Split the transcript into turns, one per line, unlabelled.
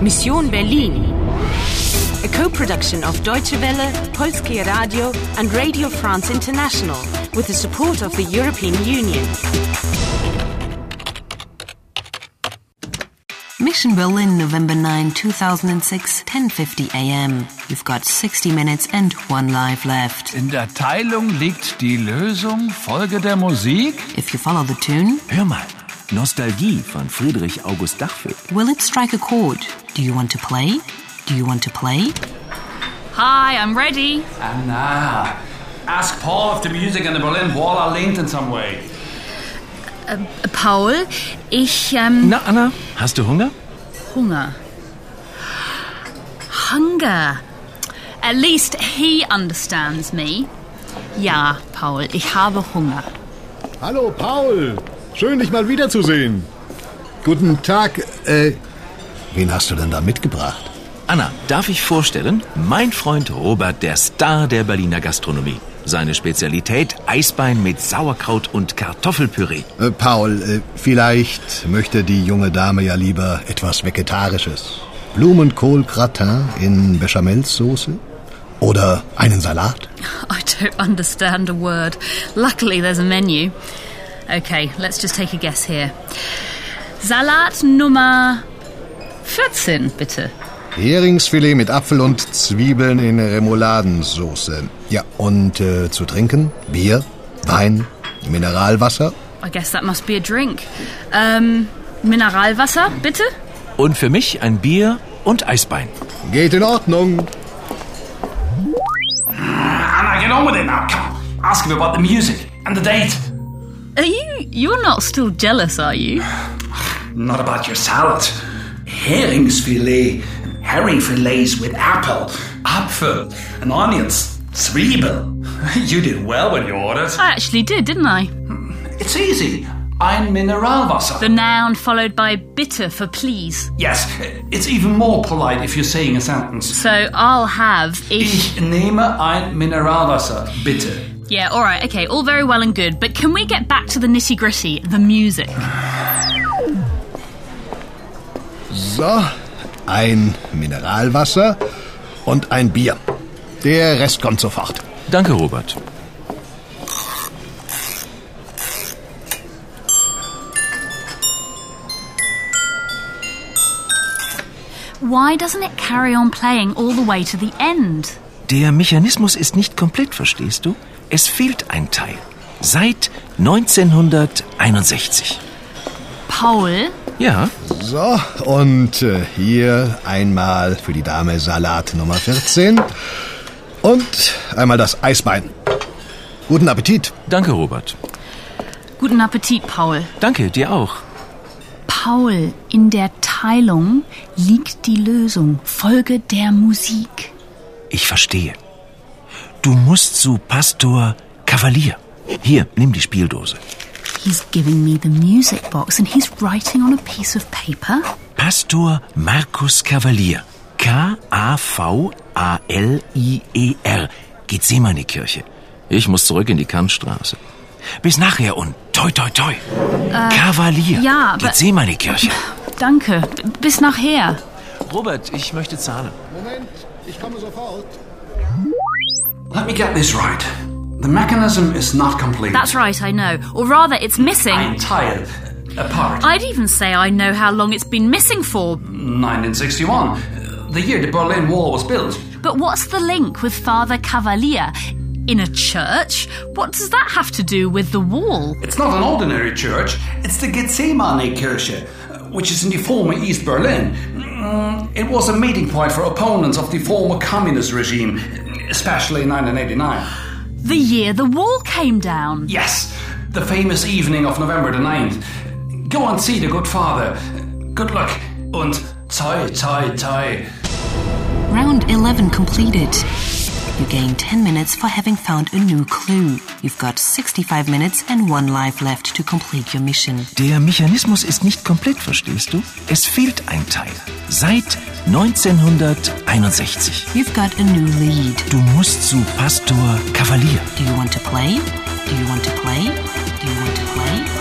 Mission Berlin. A co-production of Deutsche Welle, Polskie Radio and Radio France International with the support of the European Union.
Mission Berlin, November 9, 2006, 10:50 a.m. You've got 60 minutes and one life left.
In der Teilung liegt die Lösung. Folge der Musik.
If you follow the tune,
Hör mal, Nostalgie von Friedrich August Dachfeld.
will it strike a chord? Do you want to play? Do you want to play?
Hi, I'm ready.
Anna, ask Paul if the music and the Berlin Wall are linked in some way.
Paul, ich ähm,
Na, Anna, hast du Hunger?
Hunger. Hunger. At least he understands me. Ja, Paul, ich habe Hunger.
Hallo Paul, schön dich mal wiederzusehen.
Guten Tag, äh, wen hast du denn da mitgebracht?
Anna, darf ich vorstellen? Mein Freund Robert, der Star der Berliner Gastronomie. Seine Spezialität Eisbein mit Sauerkraut und Kartoffelpüree.
Äh, Paul, äh, vielleicht möchte die junge Dame ja lieber etwas Vegetarisches. Blumenkohl-Gratin in Bechamelsoße? Oder einen Salat?
I don't understand a word. Luckily, there's a menu. Okay, let's just take a guess here. Salat Nummer 14, bitte.
Heringsfilet mit Apfel und Zwiebeln in Remouladensoße. Ja, und äh, zu trinken? Bier, Wein, Mineralwasser?
I guess that must be a drink. Ähm, Mineralwasser, bitte?
Und für mich ein Bier und Eisbein.
Geht in Ordnung.
Anna, get on with it now. Come on. Ask him about the music and the date.
Are you you're not still jealous, are you?
Not about your salad. Heringsfilet. Herring fillets with apple, apfel, and onions. Zwiebel. You did well when you ordered.
I actually did, didn't I?
It's easy. Ein Mineralwasser.
The noun followed by bitter for please.
Yes, it's even more polite if you're saying a sentence.
So I'll have ich.
Ich nehme ein Mineralwasser, bitte.
Yeah, all right, okay, all very well and good, but can we get back to the nitty gritty, the music?
So, ein Mineralwasser und ein Bier. Der Rest kommt sofort.
Danke, Robert.
Why doesn't it carry on playing all the way to the end?
Der Mechanismus ist nicht komplett, verstehst du? Es fehlt ein Teil. Seit 1961.
Paul,
Ja,
So, und äh, hier einmal für die Dame Salat Nummer 14 und einmal das Eisbein. Guten Appetit.
danke, Robert.
guten Appetit, Paul.
Danke, dir auch.
Paul, in der Teilung liegt die Lösung. Folge der Musik.
Ich verstehe. Du musst zu Pastor Kavalier. Hier, nimm die Spieldose.
He's giving me the music box and he's writing on a piece of paper.
Pastor Markus Kavalier. K-A-V-A-L-I-E-R. Geht sie mal in die E Kirche. Ich muss zurück in die Kantstraße. Bis nachher und toi toi toi. Kavalier.
ja, aber-
Geht sie mal in die Kirche.
Danke. B- Bis nachher.
Robert, ich möchte zahlen.
Moment, ich komme sofort.
Let me get this right. The mechanism is not complete.
That's right, I know. Or rather, it's missing.
Ein Teil, a part.
I'd even say I know how long it's been missing for.
1961, the year the Berlin Wall was built.
But what's the link with Father Cavalier? In a church? What does that have to do with the wall?
It's not an ordinary church, it's the Gethsemane Kirche, which is in the former East Berlin. Mm, It was a meeting point for opponents of the former communist regime, especially in 1989.
The year the wall came down.
Yes, the famous evening of November the 9th. Go and see the good father. Good luck and toi toi toi.
Round 11 completed. You gain 10 minutes for having found a new clue. You've got 65 minutes and one life left to complete your mission.
Der Mechanismus ist nicht komplett, verstehst du? Es fehlt ein Teil. Seit 1961.
You've got a new lead.
Du musst zu Pastor Kavalier.
Do you want to play? Do you want to play? Do you want to play?